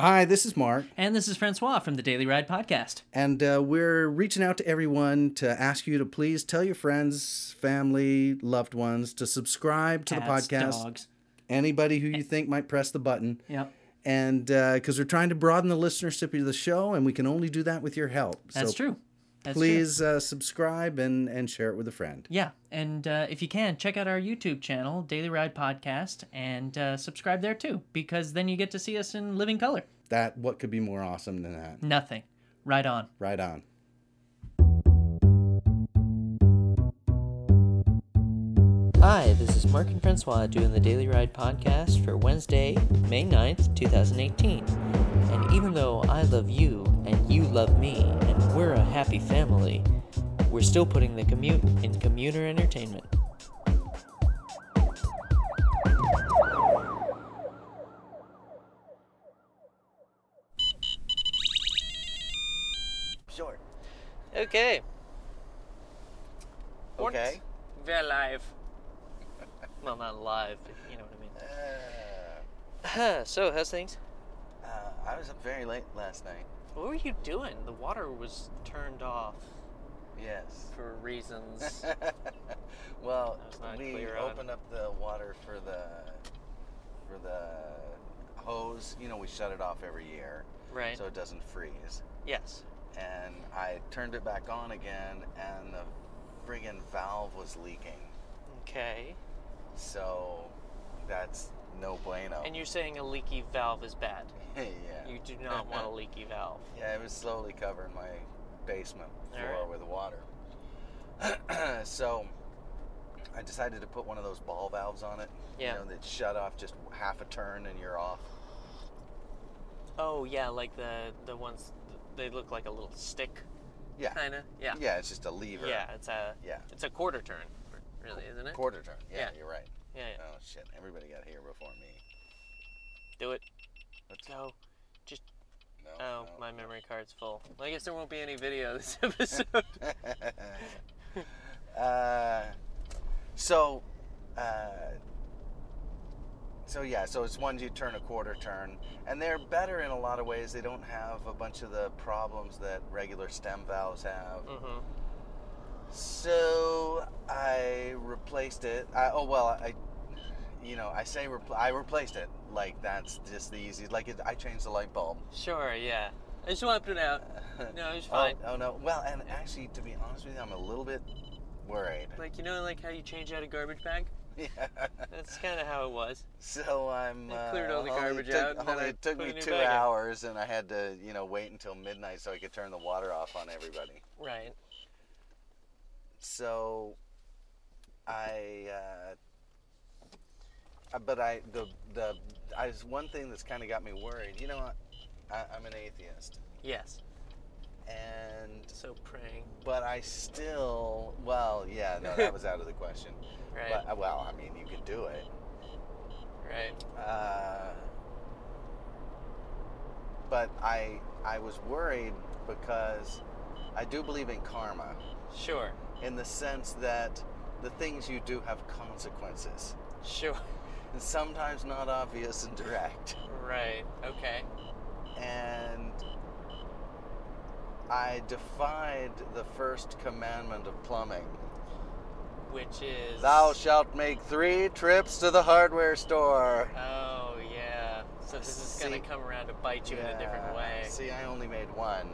Hi, this is Mark, And this is Francois from the Daily Ride Podcast. and uh, we're reaching out to everyone to ask you to please tell your friends, family, loved ones to subscribe to Cats, Eh. the podcast. Dogs. Anybody who you think might press the button. Yep. And because we're trying to broaden the listenership of the show, and we can only do that with your help. That's so true. That's true. Please uh, subscribe and, and share it with a friend. Yeah. And uh, if you can, check out our YouTube channel, Daily Ride Podcast, and uh, subscribe there too, because then you get to see us in living color. That what could be more awesome than that? Nothing. Right on. Right on. Hi, this is Mark and Francois doing the Daily Ride podcast for Wednesday, May 9th, 2018. And even though I love you and you love me and we're a happy family, we're still putting the commute in commuter entertainment. Short. Okay. Okay. We're live. well, not live, but you know what Uh, I mean. so, how's things? uh, I was up very late last night. What were you doing? The water was turned off Yes. for reasons. well, That was not we clear on. opened up the water for the for the hose. You know, we shut it off every year right. so it doesn't freeze. yes. And I turned it back on again, and the friggin' valve was leaking. Okay. So that's no bueno. And you're saying a leaky valve is bad. yeah. You do not want a leaky valve. Yeah, it was slowly covering my basement floor Alright. with water. so I decided to put one of those ball valves on it. You Yeah. know, that shut off just half a turn and you're off. Oh yeah, like the the ones they look like a little stick. Yeah. Kinda. Yeah. Yeah, it's just a lever. Yeah. It's a Yeah. it's a quarter turn, really, isn't it? Quarter turn. Yeah, Yeah. you're right. Yeah. yeah. Oh shit. Everybody got here before me. Do it. Let's Go. No. Oh, no. my memory card's full. Well, I guess there won't be any video this episode. uh, so, uh, so yeah, so it's ones you turn a quarter turn, and they're better in a lot of ways. They don't have a bunch of the problems that regular stem valves have. mm-hmm. So I replaced it. I, oh well, I, you know, I say repl- I replaced it. Like that's just the easy. Like it, I changed the light bulb. Sure. Yeah. I just swapped it out. No, it's Oh, fine. Oh, no. Well, and actually, to be honest with you, I'm a little bit worried. Like you know, like how you change out a garbage bag. Yeah. That's kind of how it was. So I'm. uh, I cleared all the only garbage took- out and then only I it took put me a new two bag in. hours, and I had to, you know, wait until midnight so I could turn the water off on everybody. Right. So, I. Uh, uh, but I the the I was one thing that's kind of got me worried. You know, I, I, I'm an atheist, Yes. and So praying. but I still well yeah no that was out of the question. Right. But, uh, well, I mean, you could do it. Right. Uh, but I I was worried because I do believe in karma Sure. in the sense that the things you do have consequences, Sure. and sometimes not obvious and direct. Right. Okay. And I defied the first commandment of plumbing. Which is. Thou shalt make three trips to the hardware store. Oh yeah. So this is gonna See- come around to bite you in a different Yeah. way. See, I only made one.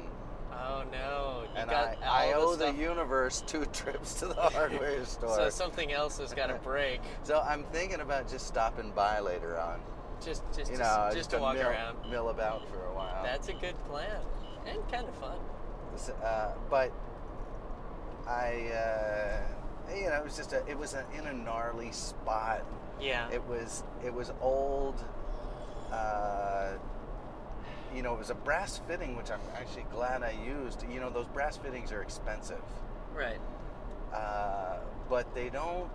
Oh no. You And I, got all I the owe the stuff- universe two trips to the hardware store. So so, something else has got to break. I'm thinking about just stopping by later on. Just, just, You to, know, just, to walk mill, around. mill about for a while. That's a good plan and kind of fun. That's uh, but I, uh, you know, it was just a, it was a, in a gnarly spot. Uh-huh. Yeah. It was it was old. Uh, you know, it was a brass fitting, which I'm actually glad I used. You know, those brass fittings are expensive. right. uh, but they don't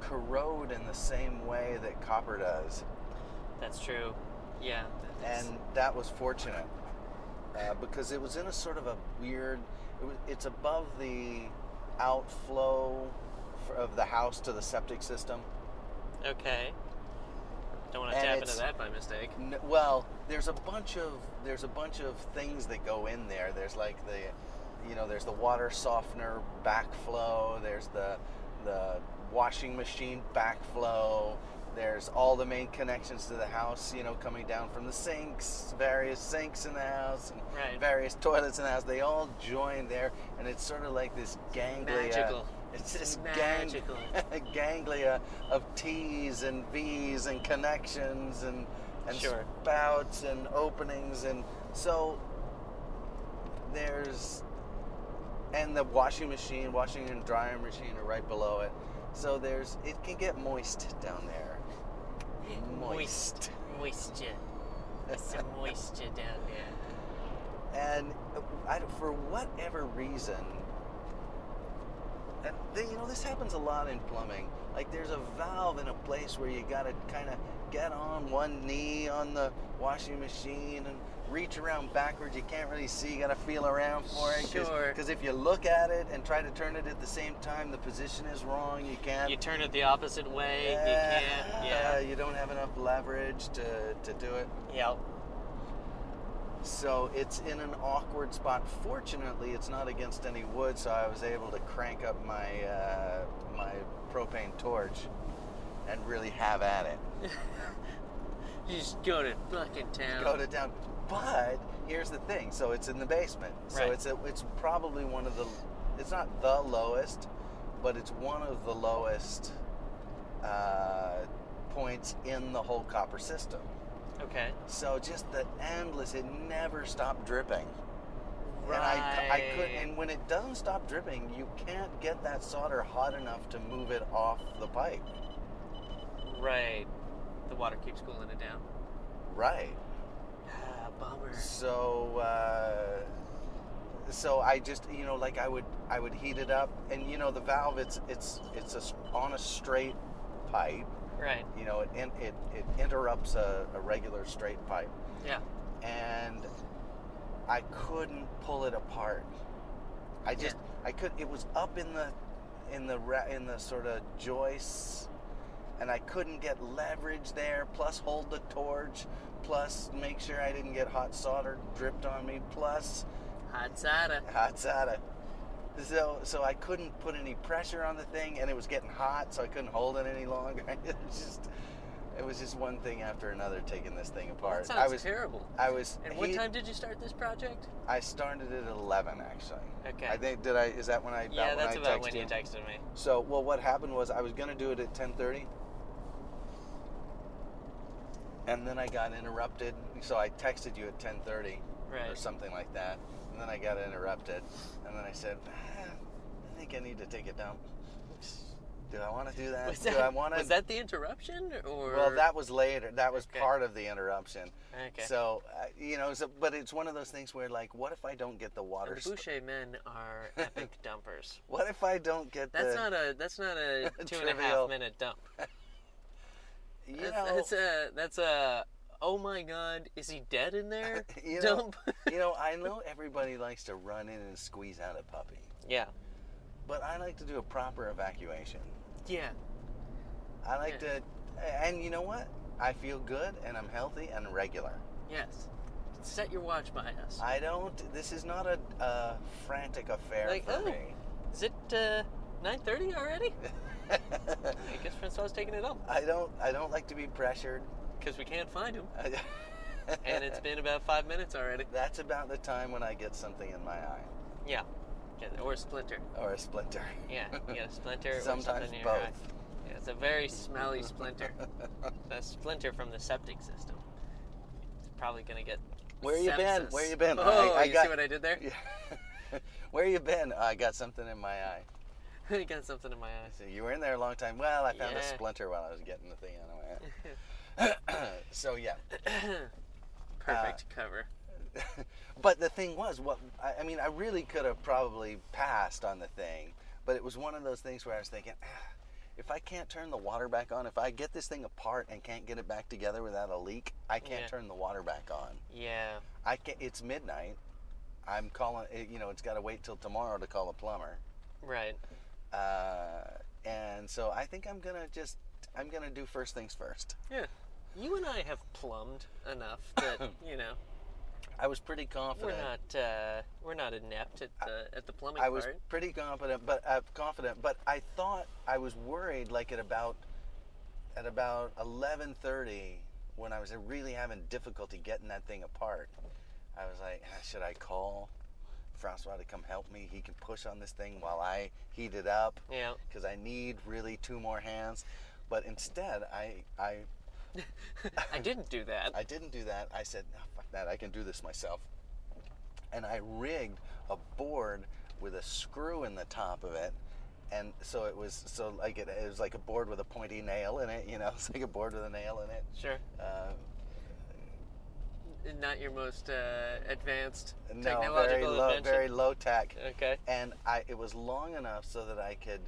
corrode in the same way that copper does. That's true. Yeah. that's- And that was fortunate uh, because it was in a sort of a weird. It was, it's above the outflow f- of the house to the septic system, okay. Don't want to And tap it's- into that by mistake. N well, there's a bunch of there's a bunch of things that go in there. There's like the, you know, there's the water softener backflow. There's the the washing machine backflow. There's all the main connections to the house, you know, coming down from the sinks, various sinks in the house, and Right. various toilets in the house. They all join there, and it's sort of like this ganglia. Magical. uh, It's this gang, Magical. ganglia of T's and V's and connections and and Sure. spouts and openings and so there's and the washing machine, washing and drying machine are right below it. So there's it can get moist down there. Moist. Moisture. There's some moisture down there. And I, don't- for whatever reason, and they, you know this happens a lot in plumbing. Like there's a valve in a place where you gotta kind of get on one knee on the washing machine and reach around backwards. You can't really see. You gotta feel around for it. Sure. Because if you look at it and try to turn it at the same time, the position is wrong. You can't. You turn it the opposite way. Yeah, You can't. Yeah. You don't have enough leverage to to do it. Yeah. So it's in an awkward spot. Fortunately, it's not against any wood, so I was able to crank up my uh, my propane torch and really have at it. You just go to fucking town. Go to town. But here's the thing. So it's in the basement. So Right. it's a, it's probably one of the it's not the lowest, but it's one of the lowest uh, points in the whole copper system. okay. So just the endless, it never stopped dripping. And I, I could, Right. and when it doesn't stop dripping, you can't get that solder hot enough to move it off the pipe. Right. The water keeps cooling it down. Right. Ah, bummer. So, uh, so I just, you know, like I would, I would heat it up, and you know, the valve, it's, it's, it's a s on a straight pipe. Right. You know, it, in, it, it interrupts a, a regular straight pipe, Yeah. and I couldn't pull it apart. I just, I could. It was up in the, in the ra- in the sort of joists, and I couldn't get leverage there. Plus, hold the torch. Plus, make sure I didn't get hot solder dripped on me. Plus, Hot soda. hot solder. So, so I couldn't put any pressure on the thing, and it was getting hot, so I couldn't hold it any longer. It was just, it was just one thing after another taking this thing apart. That I sounds was, terrible. I was. And what he- time did you start this project? I started it at eleven, actually. Okay. I think did I? Is that when I? about yeah, when that's I about texted when you texted me. So, well, what happened was I was gonna do it at ten thirty, and then I got interrupted. So I texted you at ten thirty or Right. something like that, and then I got interrupted, and then I said, "Ah, I think I need to take a dump. Do I want to do that? Was do I that, want to? was that the interruption or? well, that was later. That was Okay. part of the interruption. Okay. So, uh, you know, so, but it's one of those things where, like, what if I don't get the water? the sto- Boucher men are epic dumpers. What if I don't get the? That's not a that's not a two and a half Trivial. minute dump. you That's, know, that's a that's a oh my god, is he dead in there? you know, dump. you know, I know everybody likes to run in and squeeze out a puppy, yeah. but I like to do a proper evacuation. Yeah. I like Yeah. to, and you know what? I feel good and I'm healthy and regular. Yes. Set your watch by us. I don't. This is not a, a frantic affair Like, for oh. me. Is it uh, 9:30 already? I guess Francois taking it up I don't. I don't like to be pressured. because we can't find him, I- and it's been about five minutes already. That's about the time when I get something in my eye Yeah. Yeah, Or a splinter. or a splinter. Yeah, you got a splinter. or Sometimes something in your both. eye. Yeah, it's a very smelly splinter. a splinter from the septic system. It's probably gonna get. Where you been? sepsis. Where you been? Oh, I- I you see got- what I did there? Yeah. Where you been? Oh, I got something in my eye. I got something in my I eyes. said, you were in there a long time. Well, I found a Yeah. splinter while I was getting the thing out of my eye. so yeah, Perfect Uh. cover. but the thing was, what I, I mean, I really could have probably passed on the thing, but it was one of those things where I was thinking, ah, if I can't turn the water back on, if I get this thing apart and can't get it back together without a leak, I can't Yeah. turn the water back on. Yeah. I can It's midnight. I'm calling. it- You know, it's got to wait till tomorrow to call a plumber. Right. Uh, and so I think I'm gonna just. I'm gonna do first things first. you and I have plumbed enough that you know I was pretty confident. we're not uh, we're not inept at the at the plumbing I was part. pretty confident, but uh, confident. But I thought I was worried, like at about at about eleven thirty, when I was really having difficulty getting that thing apart. I was like, "Ah, should I call Francois to come help me? He can push on this thing while I heat it up Yeah, because I need really two more hands. But instead, I I I didn't do that. I didn't do that. I said, no, fuck that. I can do this myself. And I rigged a board with a screw in the top of it. And so it was so like it, it was like a board with a pointy nail in it, you know, it's like a board with a nail in it. sure, Uh, not your most uh, advanced no, very technological low, invention. very low tech. Okay. And I, it was long enough so that I could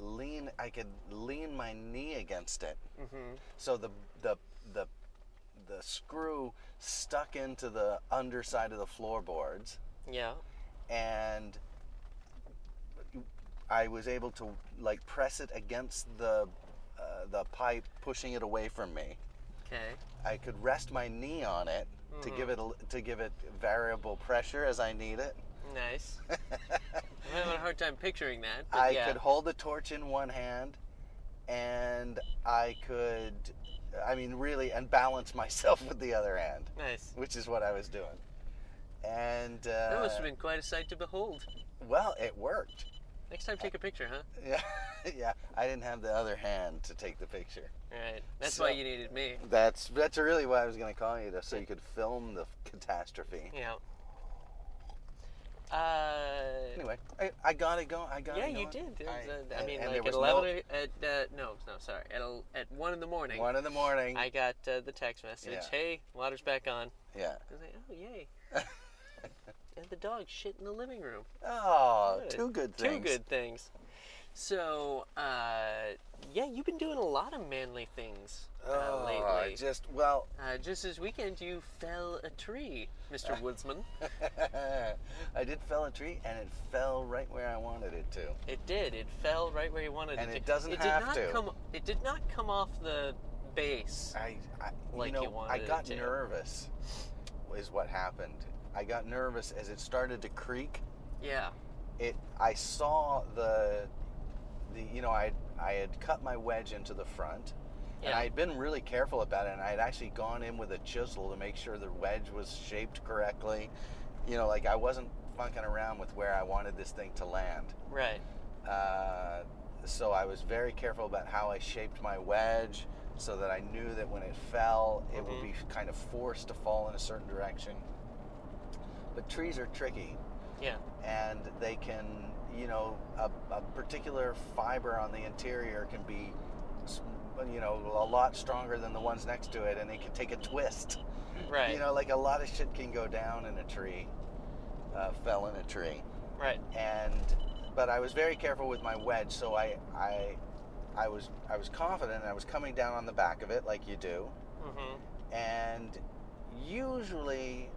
lean, I could lean my knee against it. Mm-hmm. So the the the the screw stuck into the underside of the floorboards. Yeah. and I was able to like press it against the uh, the pipe, pushing it away from me. Okay. I could rest my knee on it to give it a, Mm-hmm. to give it variable pressure as I need it. Nice. I'm having a hard time picturing that. But I yeah. could hold the torch in one hand, and I could, I mean, really, and balance myself with the other hand, Nice. which is what I was doing. And uh, That must have been quite a sight to behold. well, it worked. Next time, take a picture, huh? Yeah, yeah. I didn't have the other hand to take the picture. All right. That's So- why you needed me. That's that's really why I was gonna call you, though, so you could film the catastrophe. Yeah. Uh, Anyway, I, I got it going. I got yeah, it. you going. did. It I, was, uh, I, and- mean, and there like at was eleven. or- At uh, no, no, sorry. At el- at one in the morning, no, one in the morning. I got uh, the text message. Yeah. Hey, water's back on. yeah. I was like, oh yay. and the dog shit in the living room. Oh, Good. two good things. Two good things. So, uh, yeah, you've been doing a lot of manly things uh, Oh, lately. just well, Uh, just this weekend, you fell a tree, Mr. Woodsman. I did fell a tree, and it fell right where I wanted it to. It did. It fell right where you wanted And it to. it doesn't it have did not to. Uh, Come, it did not come off the base. I, I Like you you know, I wanted it got to. nervous. Is what happened. I got nervous as it started to creak. Yeah. it I saw the the you know I I had cut my wedge into the front and Yeah. I had been really careful about it and I had actually gone in with a chisel to make sure the wedge was shaped correctly you know like I wasn't fucking around with where I wanted this thing to land Right. uh, so I was very careful about how I shaped my wedge so that I knew that when it fell it would be kind of forced to fall in a certain direction but trees are tricky Yeah. and they can, you know, a, a particular fiber on the interior can be, s- you know, a lot stronger than the ones next to it, and they can take a twist. Right. You know, like a lot of shit can go down in a tree, uh, fell in a tree, right. and but I was very careful with my wedge, so I I I was I was confident. I was coming down on the back of it like you do, Mm-hmm. and usually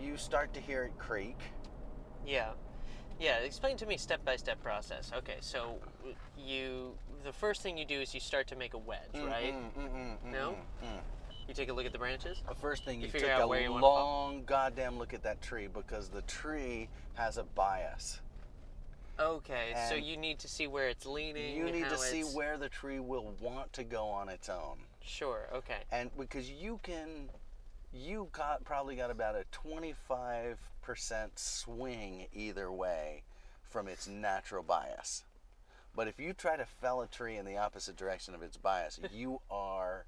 you start to hear it creak. Yeah. Yeah. Explain to me step by step process. Okay. So w- you, the first thing you do is you start to make a wedge, right? Mm, mm, mm, mm, No? mm, mm. You take a look at the branches. The first thing You you, figure took out a where you wanna pop- long goddamn look at that tree because the tree has a bias. Okay. so And- you need to see where it's leaning. You need how to see it's- where the tree will want to go on its own, Sure. Okay. and because you can, you got probably got about a twenty-five percent swing either way from its natural bias. But if you try to fell a tree in the opposite direction of its bias, you are,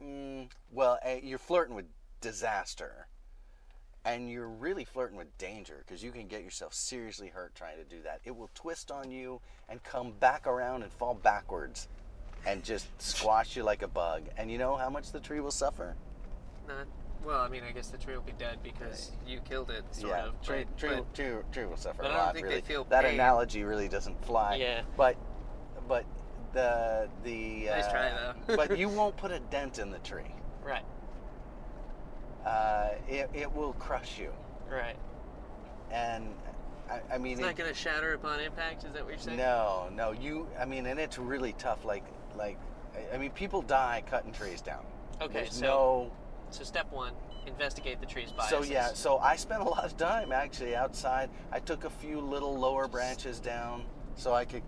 mm, well, eh, you're flirting with disaster. and you're really flirting with danger because you can get yourself seriously hurt trying to do that. It will twist on you and come back around and fall backwards and just squash you like a bug. And you know how much the tree will suffer? Not. Well, I mean, I guess the tree will be dead because you killed it, sort of. tree, but- tree, but- tree, tree will suffer but a I don't lot. think they really, feel that pain. analogy really doesn't fly. Yeah. but but the the Nice uh, try, though. but you won't put a dent in the tree. right. Uh, it, it will crush you, Right. and I, I mean It's it- not going to shatter upon impact. Is that what you're saying? No, no. You, I mean, and it's really tough. Like, like I- I mean, people die cutting trees down. Okay, There's so no so step one, investigate the tree's biases. So yeah, so I spent a lot of time actually outside. I took a few little lower branches down so I could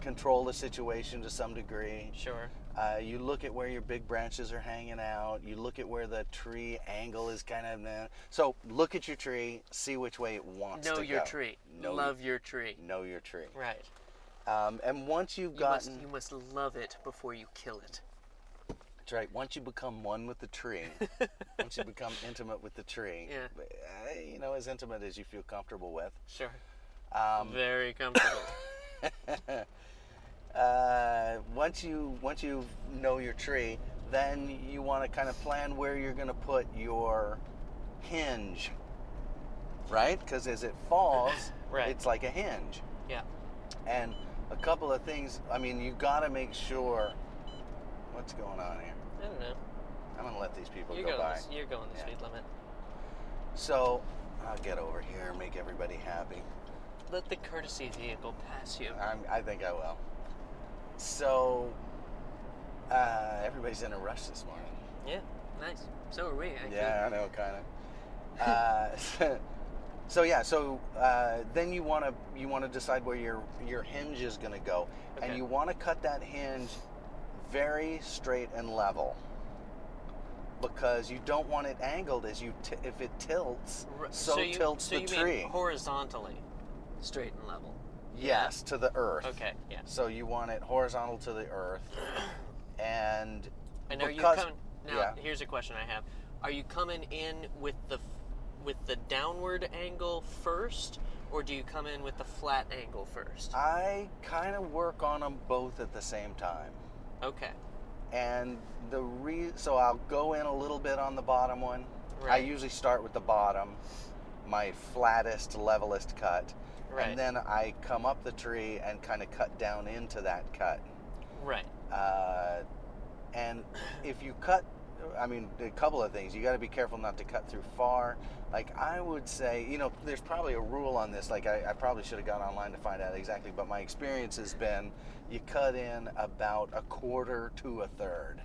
control the situation to some degree. sure. Uh, you look at where your big branches are hanging out. You look at where the tree angle is kind of. nah. So look at your tree, see which way it wants Know to your go. tree. Know Love your tree. Know your tree. Right. Um, and once you've You must, gotten, you must love it before you kill it. that's right. Once you become one with the tree, once you become intimate with the tree, Yeah. uh, you know, as intimate as you feel comfortable with. Sure. Um, Very comfortable. uh, once you once you know your tree, then you want to kind of plan where you're going to put your hinge, right? Because as it falls, Right. it's like a hinge. yeah. And a couple of things. I mean, you got to make sure what's going on here. I don't know. I'm going to let these people You're go going, by. the- you're going the Yeah. speed limit. So I'll get over here and make everybody happy. Let the courtesy vehicle pass you. I'm, I think I will. So uh, everybody's in a rush this morning. Yeah. Nice. So are we. Actually. Yeah, I know, kind of. Uh, so, yeah, so uh, then you want to you want to decide where your your hinge is going to go, Okay. and you want to cut that hinge very straight and level because you don't want it angled as you t- if it tilts, R- so, you, tilts so the you tree. Mean horizontally, straight and level. yes, to the earth. Okay. Yeah. So you want it horizontal to the earth, and I know Because- you come. Now, yeah. here's a question I have: Are you coming in with the f- with the downward angle first, or do you come in with the flat angle first? I kind of work on them both at the same time. Okay. and the re so I'll go in a little bit on the bottom one. I Right. usually start with the bottom, my flattest, levelest cut, Right. and then I come up the tree and kind of cut down into that cut. Right. Uh, and if you cut, I mean, a couple of things you got to be careful not to cut through far. Like I would say, you know, there's probably a rule on this. Like I, I probably should have gone online to find out exactly, but my experience has been you cut in about a quarter to a third.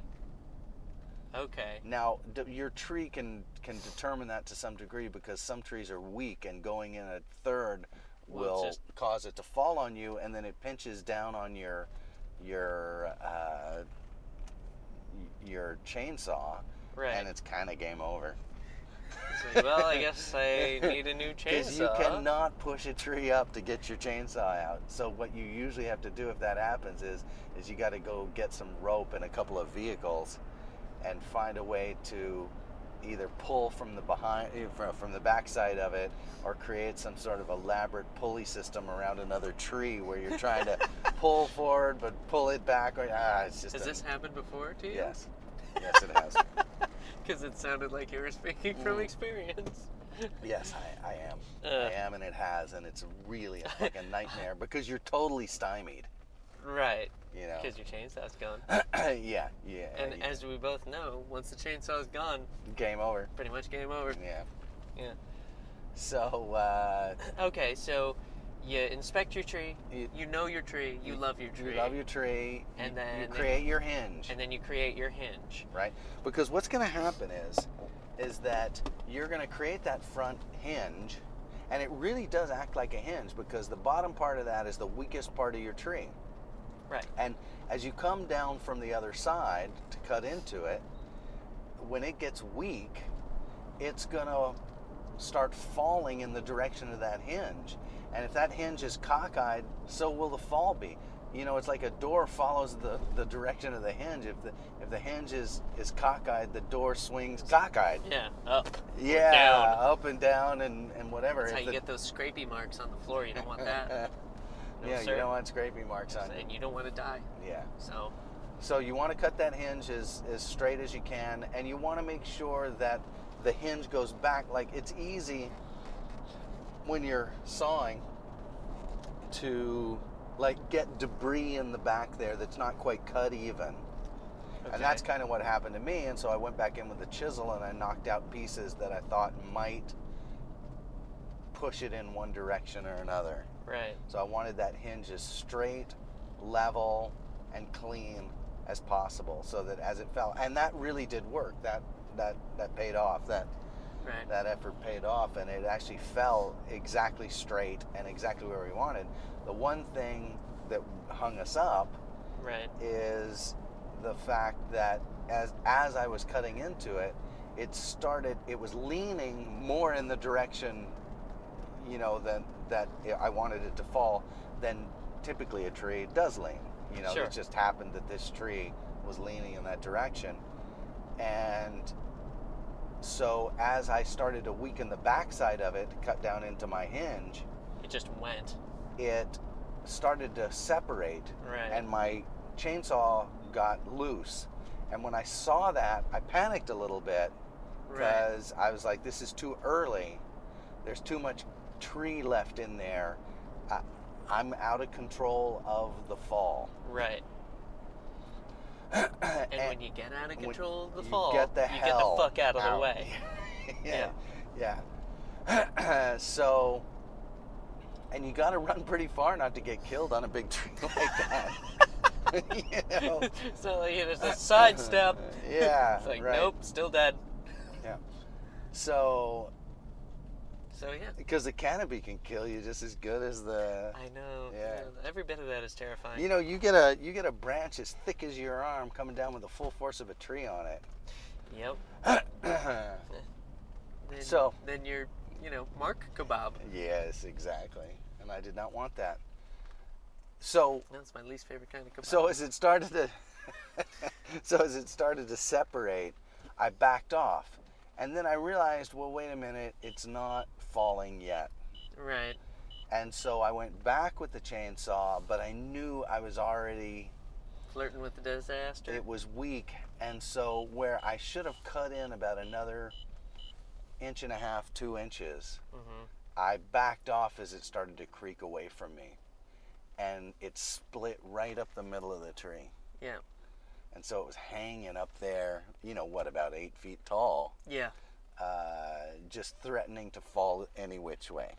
Okay. Now, d- your tree can can determine that to some degree because some trees are weak, and going in a third Well, will just- cause it to fall on you, and then it pinches down on your your uh, y- your chainsaw, Right. and it's kind of game over It's like, well, I guess I need a new because you chainsaw. cannot push a tree up to get your chainsaw out. So what you usually have to do if that happens is is you got to go get some rope and a couple of vehicles, and find a way to either pull from the behind eh, fro- from the backside of it or create some sort of elaborate pulley system around another tree where you're trying to pull forward but pull it back or ah, it's just Has a- this happened before to you? yes yes it has Because it sounded like you were speaking from Mm. experience. yes I, I am Uh. I am and it has and it's really a fucking nightmare because you're totally stymied Right. you know. Because your chainsaw's gone. yeah, yeah. And you- as we both know, once the chainsaw's gone, game over. pretty much game over. Yeah. Yeah. So uh, Okay, so you inspect your tree. You- You know your tree. You love your tree. you love your tree, And you, you then- create your hinge, And then you create your hinge. right? Because what's going to happen is, is that you're going to create that front hinge, and it really does act like a hinge because the bottom part of that is the weakest part of your tree. Right. And as you come down from the other side to cut into it, when it gets weak, it's going to start falling in the direction of that hinge. And if that hinge is cockeyed, so will the fall be. You know, it's like a door follows the, the direction of the hinge. If the if the hinge is, is cockeyed, the door swings cockeyed. Yeah. Up. Yeah, down. up and down and, and whatever. That's how If the- you get those scrapey marks on the floor. You don't want that. No, yeah, sir. you don't want scraping marks on it. and you don't want to die. Yeah. So, So you want to cut that hinge as, as straight as you can, and you want to make sure that the hinge goes back. Like it's easy when you're sawing to like get debris in the back there that's not quite cut even. Okay. And that's kind of what happened to me. And so I went back in with a chisel and I knocked out pieces that I thought might push it in one direction or another. right. So I wanted that hinge as straight, level, and clean as possible so that as it fell and that really did work that that that paid off that Right. that effort paid off and it actually fell exactly straight and exactly where we wanted the one thing that hung us up Right. is the fact that as as I was cutting into it, it started. It was leaning more in the direction, you know, than that I wanted it to fall than typically a tree does lean. You know, Sure. it just happened that this tree was leaning in that direction, and so as I started to weaken the backside of it, cut down into my hinge, It just went. it started to separate Right. and my chainsaw got loose. And when I saw that, I panicked a little bit right. because I was like, this is too early. There's too much tree left in there. I, I'm out of control of the fall. Right. And, when you get out of when control of the you fall, get the you hell get the fuck out of the out. way. yeah. Yeah. so, and you got to run pretty far not to get killed on a big tree like that. you know? so like, it is a sidestep. Yeah, it's like right. nope, still dead. So, So yeah. because the canopy can kill you just as good as the. I know. Yeah. you know, Every bit of that is terrifying. You know, you get a you get a branch as thick as your arm coming down with the full force of a tree on it. yep. Then, So- then you're, you know, Mark Kebab. yes, exactly. And I did not want that. So That's my least favorite kind of kebab. so as it started to so as it started to separate, I backed off, and then I realized, well, wait a minute, it's not falling yet. right. And so I went back with the chainsaw, but I knew I was already Flirting with the disaster. it was weak and so where i should have cut in about another inch and a half two inches mm-hmm. i backed off as it started to creak away from me and it split right up the middle of the tree Yeah. and so it was hanging up there you know what about eight feet tall Yeah. uh, just threatening to fall any which way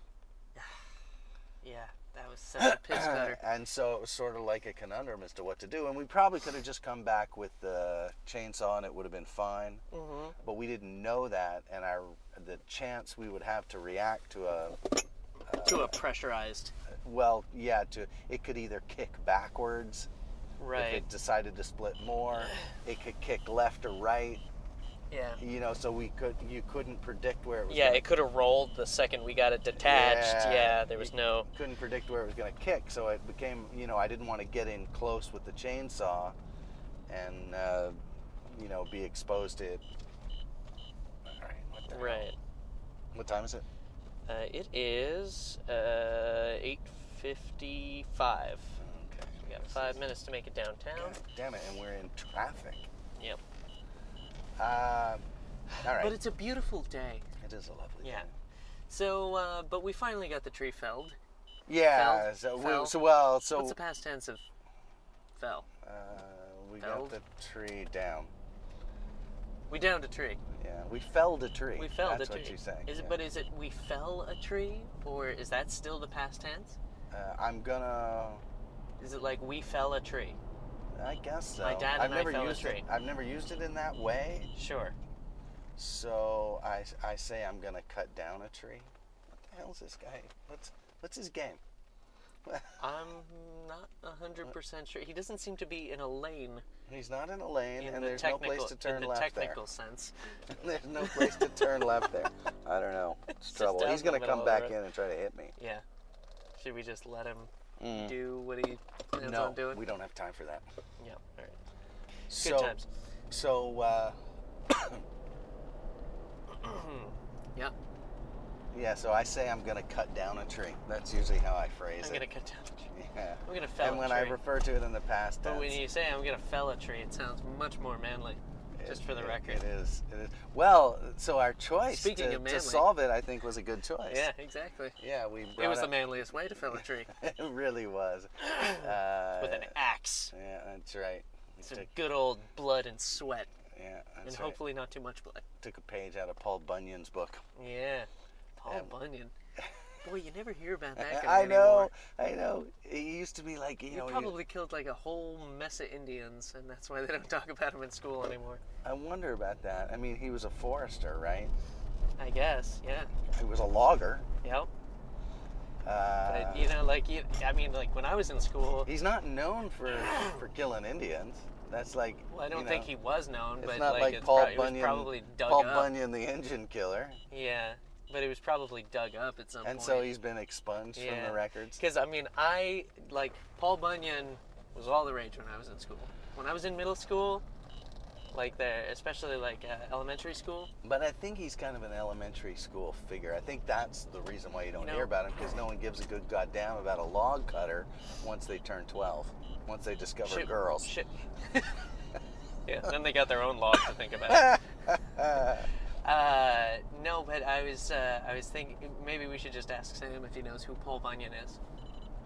Yeah. That was such a piss cutter. and so it was sort of like a conundrum as to what to do and we probably could have just come back with the chainsaw and it would have been fine mm-hmm. but we didn't know that and our the chance we would have to react to a to a pressurized. well yeah to it could either kick backwards if Right. it decided to split more it could kick left or right Yeah. you know so we could you couldn't predict where it was Yeah, gonna, it could have rolled the second we got it detached. Yeah. Yeah, there was no. couldn't predict where it was going to kick so it became you know i didn't want to get in close with the chainsaw and uh, you know be exposed to it all right what, the hell? Right. what time is it Uh, it is uh, 8.55. We okay got five minutes to make it downtown. God damn it, and we're in traffic. Yep. Um, all right. But it's a beautiful day. It is a lovely Yeah. day. So, uh, but we finally got the tree felled. Yeah. Fell? So, Fell? We, so well, so What's the past tense of fell? uh, we Felled? got the tree down. We downed a tree. Yeah, we felled a tree. We felled That's a tree. what you say. Is it? But is it we fell a tree, or is that still the past tense? uh, I'm gonna. Is it like we fell a tree? I guess so. My dad I've and I never fell a used tree. It, I've never used it in that way. Sure. So I, I say I'm gonna cut down a tree. What the hell is this guy? What's what's his game? I'm not Mm. hundred percent sure. He doesn't seem to be in a lane He's not in a lane, in and the there's no technical place to turn in the left there. technical sense. There's no place to turn left there. I don't know. It's just trouble. down He's the gonna middle come of the back in road. and try to hit me. Yeah. Should we just let him Mm. do what he plans No, on doing? we don't have time for that. Yeah. All right. Good so, times. So, uh, Yeah. yeah. So I say I'm gonna cut down a tree. That's usually how I phrase I'm it. gonna cut down. a tree. Yeah. I'm gonna fell And a when tree. I refer to it in the past but tense, when you say I'm gonna fell a tree, it sounds much more manly. just it- for the it- record. it is. It is. Well, so our choice Speaking to, of to manly. solve it, I think, was a good choice. Yeah. Exactly. Yeah. We. It brought was the up- manliest way to fell a tree it really was. Uh, with an axe. Yeah, that's right. We Some took, good old blood and sweat, yeah, that's and right. hopefully not too much blood. took a page out of Paul Bunyan's book. Yeah. Paul And- Bunyan. Boy, you never hear about that guy I know, anymore. I know. It used to be like you He know. you- probably killed like a whole mess of Indians, and that's why they don't talk about him in school anymore. I wonder about that. I mean, he was a forester, right? I guess, yeah. He was a logger. Yep. Uh, But, you know, like, you, I mean, like, when I was in school, he's not known for for killing Indians. That's like. well, I don't you know, think he was known, It's but, not like, like it's Paul prob- it was Bunyan. probably dug Paul up. Bunyan, the engine killer, Yeah, but it was probably dug up at some and point. so he's been expunged from Yeah. the records. Because I mean, I like Paul Bunyan was all the rage when I was in school. When I was in middle school, like there, especially like uh, elementary school. But I think he's kind of an elementary school figure. I think that's the reason why you don't You know- hear about him because no one gives a good goddamn about a log cutter once they turn 12, once they discover shit- girls. Shit. yeah. Then they got their own log to think about. uh, no, but I was uh, I was thinking maybe we should just ask Sam if he knows who Paul Bunyan is.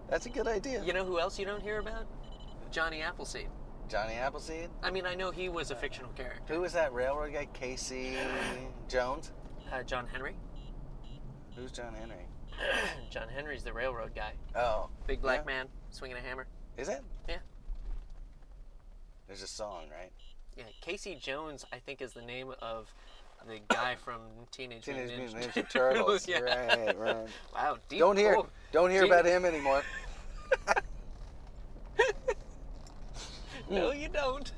That's a good idea. You know who else you don't hear about? Johnny Appleseed. Johnny Appleseed. I mean, I know he was a fictional character. Who was that railroad guy? Casey Jones? Uh, John Henry. Who's John Henry? John Henry's the railroad guy. Oh. Big black Yeah. man swinging a hammer. Is it? Yeah. There's a song, right? Yeah, Casey Jones, I think, is the name of the guy from Teenage, Teenage Mutant Mutant Ninja Turtles. yeah. Right, right. Wow, deep Don't hear pull. don't hear Gee. about him anymore. No, Hmm. you don't.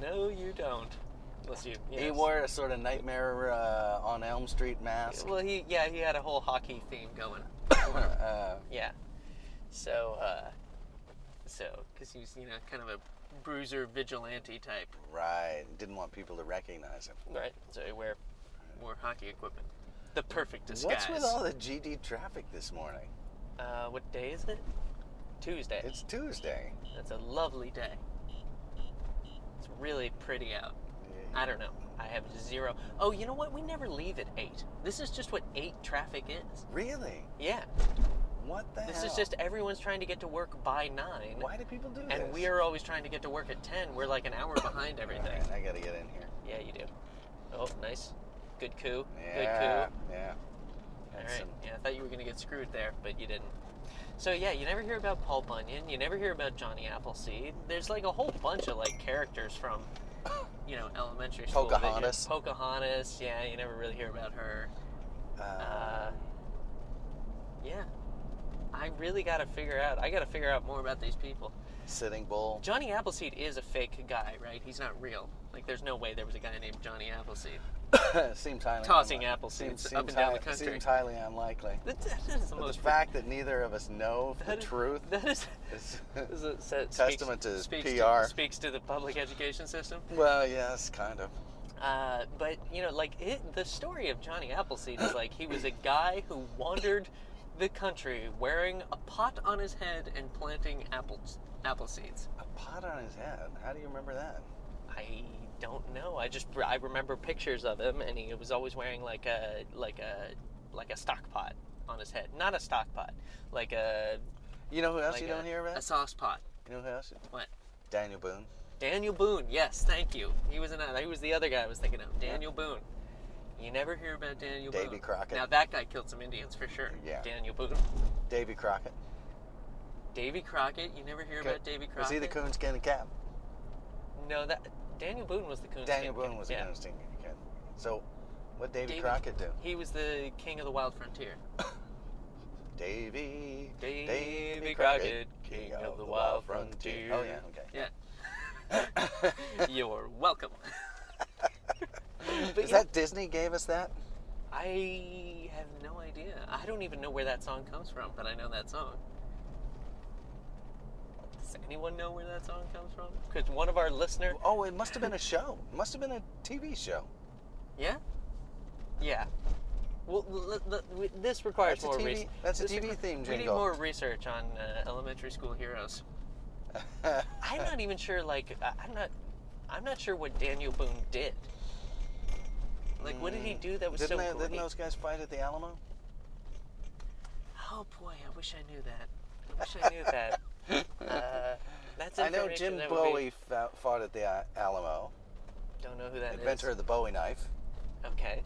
no, you don't. Unless you. Yes. He wore a sort of nightmare uh, on Elm Street mask. Well, he yeah, he had a whole hockey theme going. uh, Yeah. So, uh, so because he was you know kind of a bruiser vigilante type, right. Didn't want people to recognize him. right? So he wear wore hockey equipment. The perfect disguise. What's with all the GD traffic this morning? Uh, what day is it? Tuesday. It's Tuesday. That's a lovely day. It's really pretty out. I don't know. I have zero. Oh, you know what? We never leave at 8. This is just what 8 traffic is. Really? Yeah. What the This hell? is just everyone's trying to get to work by 9. Why do people do this? And we are always trying to get to work at 10. We're like an hour behind All everything. right, I gotta get in here. Yeah, you do. Oh, nice. Good coup. Yeah. Good coup. Yeah. All That's right. some- Yeah, I thought you were going to get screwed there, but you didn't. So yeah, you never hear about Paul Bunyan. You never hear about Johnny Appleseed. There's like a whole bunch of like characters from, you know, elementary school. that you- Pocahontas. Pocahontas. Yeah, you never really hear about her. Uh, Uh, yeah, I really got to figure out. I got to figure out more about these people. Sitting Bull. Johnny Appleseed is a fake guy, right? He's not real. Like, there's no way there was a guy named Johnny Appleseed. seems highly Tossing unlikely. appleseeds seems, up seems and down highly, the country. Seems highly unlikely. That, that is the But the most fact that neither of us know the that is- truth That is. is. Is it- so it Testament to his speaks PR. speaks to the public education system. well, yes, kind of. Uh, but you know, like it, the story of Johnny Appleseed is like he was a guy who wandered the country wearing a pot on his head and planting apples, apple seeds. A pot on his head. How do you remember that? I don't know. I just I remember pictures of him, and he was always wearing like a like a like a stock pot on his head. Not a stock pot, like a You know who else like you a, don't hear about? a sauce pot. You know who else? you- What? Daniel Boone. Daniel Boone. Yes, thank you. He was another. He was the other guy I was thinking of. Daniel Boone. You never hear about Daniel Davy Boone. Crockett. Now that guy killed some Indians for sure. Yeah. Daniel Boone. Davy Crockett. Davy Crockett. You never hear Okay. about Davy Crockett. Was he the coonskin and cap? No, that Daniel Boone was the coon. Daniel Boone was the yeah. coonskin and cap. So, what Davy Davy- Crockett do? He was the king of the wild frontier. Davy. Davy Crockett, king of the wild frontier. Oh yeah. Okay. Yeah. You're welcome. But Is yeah, that Disney gave us that? I have no idea. I don't even know where that song comes from, but I know that song. Does anyone know where that song comes from? Because one of our listener, Oh, it must have been a show. It must have been a TV show. yeah, yeah. Well, l- l- l- we- this requires That's a more TV research. that's a TV theme We need jingle. more research on uh, elementary school heroes. I'm not even sure. Like, I- I'm not. I'm not sure what Daniel Boone did. Like, what did he do that was Mm, didn't so they- didn't great? those guys fight at the Alamo? Oh boy, I wish I knew that. I wish I knew that. Uh, that's I know information Jim that would be- Bowie fou- fought at the uh, Alamo. Don't know who that is. Inventor of the Bowie knife. Okay.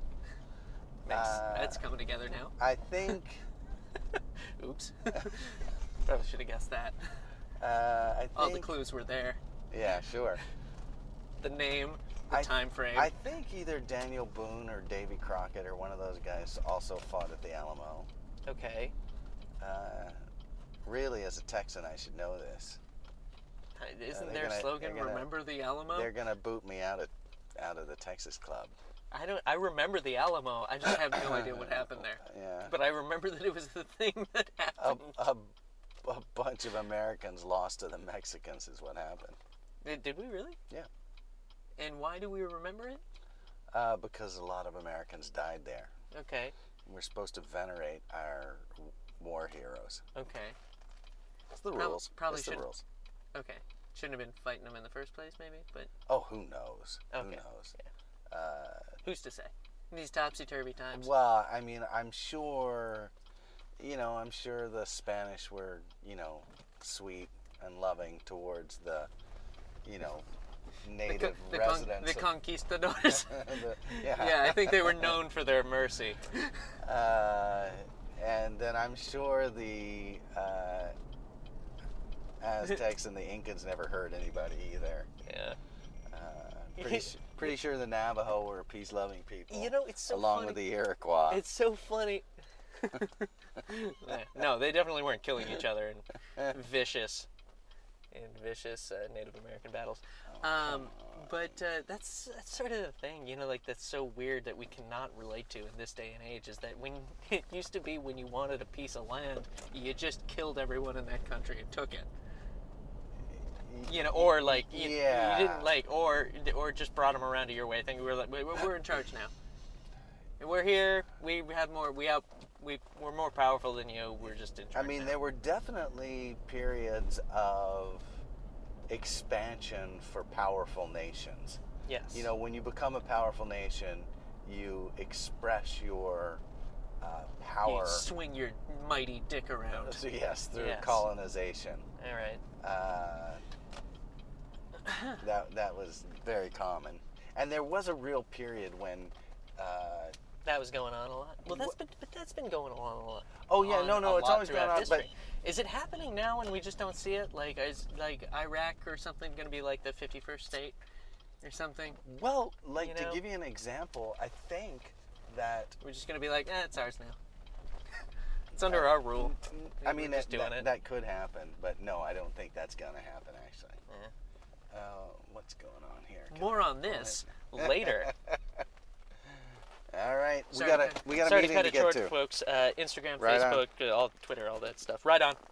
Nice. Uh, that's coming together now. I think Oops. Probably should have guessed that. Uh, I think, All Oh, the clues were there. Yeah, sure. The name, the I- time frame. I think either Daniel Boone or Davy Crockett or one of those guys also fought at the Alamo. okay. Uh, really, as a Texan, I should know this. Hi- Isn't Uh, they're their gonna- slogan they're gonna- "Remember the Alamo"? They're gonna boot me out of out of the Texas Club. I don't. I remember the Alamo. I just have no idea what happened there. Yeah. But I remember that it was the thing that a, happened. a, a bunch of Americans lost to the Mexicans is what happened. Did, did we really? Yeah. And why do we remember it? Uh, because a lot of Americans died there. Okay. We're supposed to venerate our w- war heroes. Okay. It's the Prob- rules. probably it's the should- rules. Okay. Shouldn't have been fighting them in the first place, maybe. But Oh, who knows? Who Okay. knows? Uh, who's to say? In these topsy turvy times. Well, I mean, I'm sure, you know, I'm sure the Spanish were, you know, sweet and loving towards the, you know, The co- native the, con- residents. the conquistadors. of the- yeah, I think they were known for their mercy. Uh, and then I'm sure the uh, Aztecs and the Incans never hurt anybody either. Yeah. Uh, pretty, su- pretty sure the Navajo were peace loving people. You know, it's so along funny. with the Iroquois. It's so funny. Yeah, no, they definitely weren't killing each other in vicious, in vicious uh, Native American battles. Um, but uh, that's that's sort of the thing, you know, like that's so weird that we cannot relate to in this day and age. Is that when it used to be when you wanted a piece of land, you just killed everyone in that country and took it. You know, or like you, Yeah. you didn't like, or or just brought them around to your way. I think we were like, we- we're in charge now. And we're here. We have more. We out. We we're more powerful than you. We're just in I charge. mean, now. there were definitely periods of expansion for powerful nations. yes. You know, when you become a powerful nation, you express your uh, you power. swing your mighty dick around. So yes, through Yes. colonization. All right. Uh, that that was very common, and there was a real period when. Uh, That was going on a lot. Well, that's been, but that's been going on a lot. oh yeah, on no, no, a it's lot always going throughout on. History. is it happening now and we just don't see it? Like, is like Iraq or something going to be like the fifty-first state or something? But well, like You to know? give you an example, I think that We're just going to be like, eh, it's ours now. it's under Uh, our rule. I We're mean, just that, doing that, it. that could happen, but no, I don't think that's going to happen, actually. Uh, what's going on here? Can More I- on this later. All right, we Sorry got a to cut- we got a sorry meeting to to, cut it get short, to. folks. Uh, Instagram, Right on. Facebook, uh all Twitter, all that stuff. Right on.